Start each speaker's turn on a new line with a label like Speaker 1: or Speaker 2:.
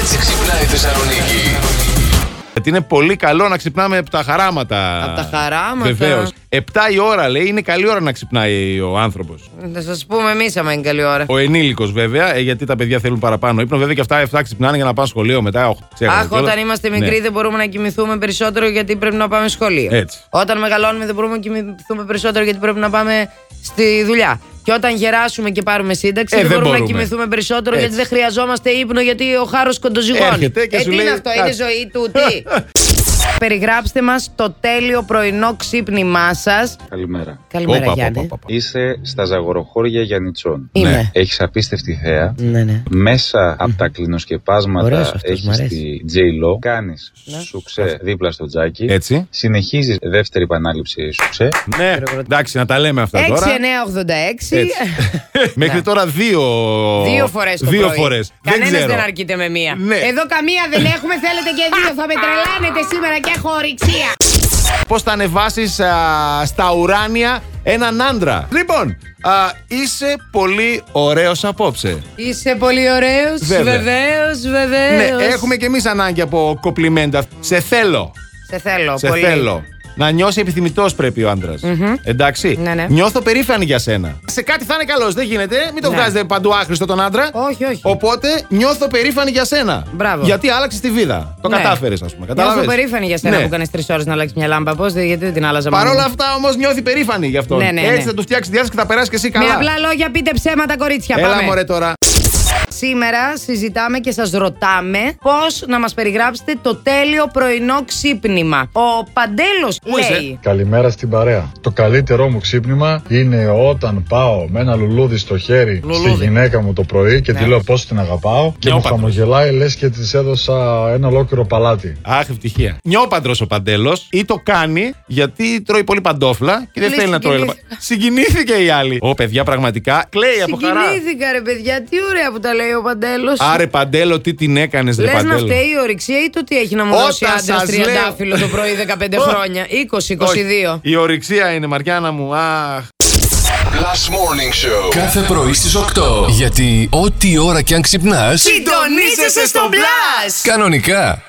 Speaker 1: έτσι ξυπνάει η Θεσσαλονίκη.
Speaker 2: Γιατί είναι πολύ καλό να ξυπνάμε από τα χαράματα.
Speaker 3: Απ' τα χαράματα.
Speaker 2: Βεβαίως. 7 η ώρα λέει είναι καλή ώρα να ξυπνάει ο άνθρωπος.
Speaker 3: Θα σας πούμε εμείς άμα είναι καλή ώρα.
Speaker 2: Ο ενήλικος βέβαια, ε, γιατί τα παιδιά θέλουν παραπάνω ύπνο. Βέβαια και αυτά 7 ξυπνάνε για να πάνε σχολείο μετά. οχ, ξέχασα
Speaker 3: Αχ,
Speaker 2: κιόλας.
Speaker 3: όταν είμαστε μικροί
Speaker 2: Ναι.
Speaker 3: δεν μπορούμε να κοιμηθούμε περισσότερο γιατί πρέπει να πάμε σχολείο.
Speaker 2: Έτσι.
Speaker 3: Όταν μεγαλώνουμε δεν μπορούμε να κοιμηθούμε περισσότερο γιατί πρέπει να πάμε στη δουλειά. Και όταν γεράσουμε και πάρουμε σύνταξη,
Speaker 2: Ε,
Speaker 3: δεν,
Speaker 2: δεν
Speaker 3: μπορούμε, να
Speaker 2: μπορούμε.
Speaker 3: κοιμηθούμε περισσότερο
Speaker 2: Έτσι.
Speaker 3: γιατί δεν χρειαζόμαστε ύπνο γιατί ο χάρος κοντοζυγώνει.
Speaker 2: Έρχεται και
Speaker 3: ε,
Speaker 2: σου
Speaker 3: τι
Speaker 2: λέει
Speaker 3: είναι αυτό,
Speaker 2: κάτι.
Speaker 3: είναι ζωή τούτη. Περιγράψτε μας το τέλειο πρωινό ξύπνημά σας.
Speaker 4: Καλημέρα.
Speaker 3: Καλημέρα,
Speaker 2: Όπα,
Speaker 3: Γιάννη.
Speaker 2: όπα, όπα, όπα.
Speaker 4: Είσαι στα ζαγοροχώρια Γιαννητσών.
Speaker 3: Είμαι.
Speaker 4: Έχεις απίστευτη θέα.
Speaker 3: Ναι, ναι.
Speaker 4: Μέσα από τα κλινοσκεπάσματα
Speaker 3: Ωραίος αυτός, μ'
Speaker 4: έχεις
Speaker 3: αρέσει. Ναι.
Speaker 4: τη J-Lo. Κάνεις σουξέ δίπλα στο τζάκι.
Speaker 2: Έτσι.
Speaker 4: Συνεχίζεις δεύτερη επανάληψη σουξέ.
Speaker 2: Ναι, εντάξει, να τα λέμε αυτά τώρα.
Speaker 3: 6-9-86.
Speaker 2: Έτσι. Μέχρι τώρα δύο.
Speaker 3: Ναι. Δύο φορές το
Speaker 2: δύο
Speaker 3: πρωί.
Speaker 2: φορές.
Speaker 3: Κανένας
Speaker 2: δεν
Speaker 3: δεν,
Speaker 2: ξέρω.
Speaker 3: αρκείται με μία.
Speaker 2: Ναι.
Speaker 3: Εδώ καμία δεν έχουμε, θέλετε και δύο. Θα με τρελάνετε σήμερα και έχω ορυξία.
Speaker 2: Πώς θα ανεβάσεις στα ουράνια έναν άντρα. Λοιπόν, α, είσαι πολύ ωραίος απόψε.
Speaker 3: Είσαι πολύ ωραίος.
Speaker 2: Βέβαια.
Speaker 3: Βεβαίως,
Speaker 2: Ναι,
Speaker 3: βεβαίω.
Speaker 2: έχουμε κι εμείς ανάγκη από κοπλιμέντα. Σε θέλω.
Speaker 3: Σε θέλω
Speaker 2: Σε
Speaker 3: πολύ.
Speaker 2: θέλω. Να νιώσει επιθυμητός πρέπει ο αντρα Εντάξει.
Speaker 3: Ναι, ναι.
Speaker 2: Νιώθω περήφανη για σένα. Σε κάτι θα είναι καλός, δεν γίνεται. Μην το
Speaker 3: Ναι.
Speaker 2: βγάζετε παντού άχρηστο τον άντρα.
Speaker 3: Όχι, όχι.
Speaker 2: Οπότε νιώθω περήφανη για σένα.
Speaker 3: Μπράβο.
Speaker 2: Γιατί άλλαξες τη βίδα. Το
Speaker 3: Ναι.
Speaker 2: κατάφερες, ας πούμε. Κατάλαβες?
Speaker 3: Νιώθω περήφανη για σένα
Speaker 2: Ναι.
Speaker 3: που κάνεις τρεις ώρες να αλλάξεις μια λάμπα. Πώς, γιατί δεν την άλλαζα
Speaker 2: Παρ'
Speaker 3: μόνη
Speaker 2: όλα
Speaker 3: μου.
Speaker 2: αυτά όμως νιώθει περήφανη γι' αυτό.
Speaker 3: Ναι, ναι,
Speaker 2: Έτσι
Speaker 3: ναι.
Speaker 2: θα του φτιάξεις τη διάθεση και θα περάσεις και εσύ καλά.
Speaker 3: Με απλά λόγια πείτε ψέματα, κορίτσια.
Speaker 2: Έλα
Speaker 3: πάμε.
Speaker 2: μωρέ τώρα.
Speaker 3: Σήμερα συζητάμε και σας ρωτάμε πώς να μας περιγράψετε το τέλειο πρωινό ξύπνημα. Ο Παντέλος
Speaker 2: Πού είσαι?
Speaker 3: λέει...
Speaker 5: Καλημέρα στην παρέα. Το καλύτερό μου ξύπνημα είναι όταν πάω με ένα λουλούδι στο χέρι
Speaker 3: Λουλούδι.
Speaker 5: στη γυναίκα μου το πρωί και τη λέω πόσο την αγαπάω και μου
Speaker 2: Νεόπαντρος.
Speaker 5: χαμογελάει λες και της έδωσα ένα ολόκληρο παλάτι.
Speaker 2: Αχ, ευτυχία. Νιόπαντρο ο Παντέλος ή το κάνει γιατί τρώει πολύ παντόφλα και δεν
Speaker 3: Λέει,
Speaker 2: θέλει να τρώει.
Speaker 3: συγκινήθηκα.
Speaker 2: λαπα- Συγκινήθηκε η άλλη. Ω, παιδιά, πραγματικά κλαίει Ε, από χαρά.
Speaker 3: Συγκινήθηκα ρε παιδιά, τι ωραία που τα λέει ο Παντέλος.
Speaker 2: Άρε Παντέλο, τι την έκανες, ρε
Speaker 3: Λες να
Speaker 2: Παντέλο.
Speaker 3: φταίει η ορυξία ή το τι έχει να μου
Speaker 2: Όταν
Speaker 3: δώσει άντρας
Speaker 2: σας λέω.
Speaker 3: τριαντάφυλλο το πρωί 15 χρόνια, 20-22.
Speaker 2: Όχι, Η ορυξία είναι, Μαριάννα μου. Αχ.
Speaker 1: Last Morning Show.
Speaker 6: Κάθε πρωί στις 8. Γιατί ό,τι ώρα κι αν ξυπνάς,
Speaker 3: Συντονίζεσαι στο Blast!
Speaker 6: κανονικά.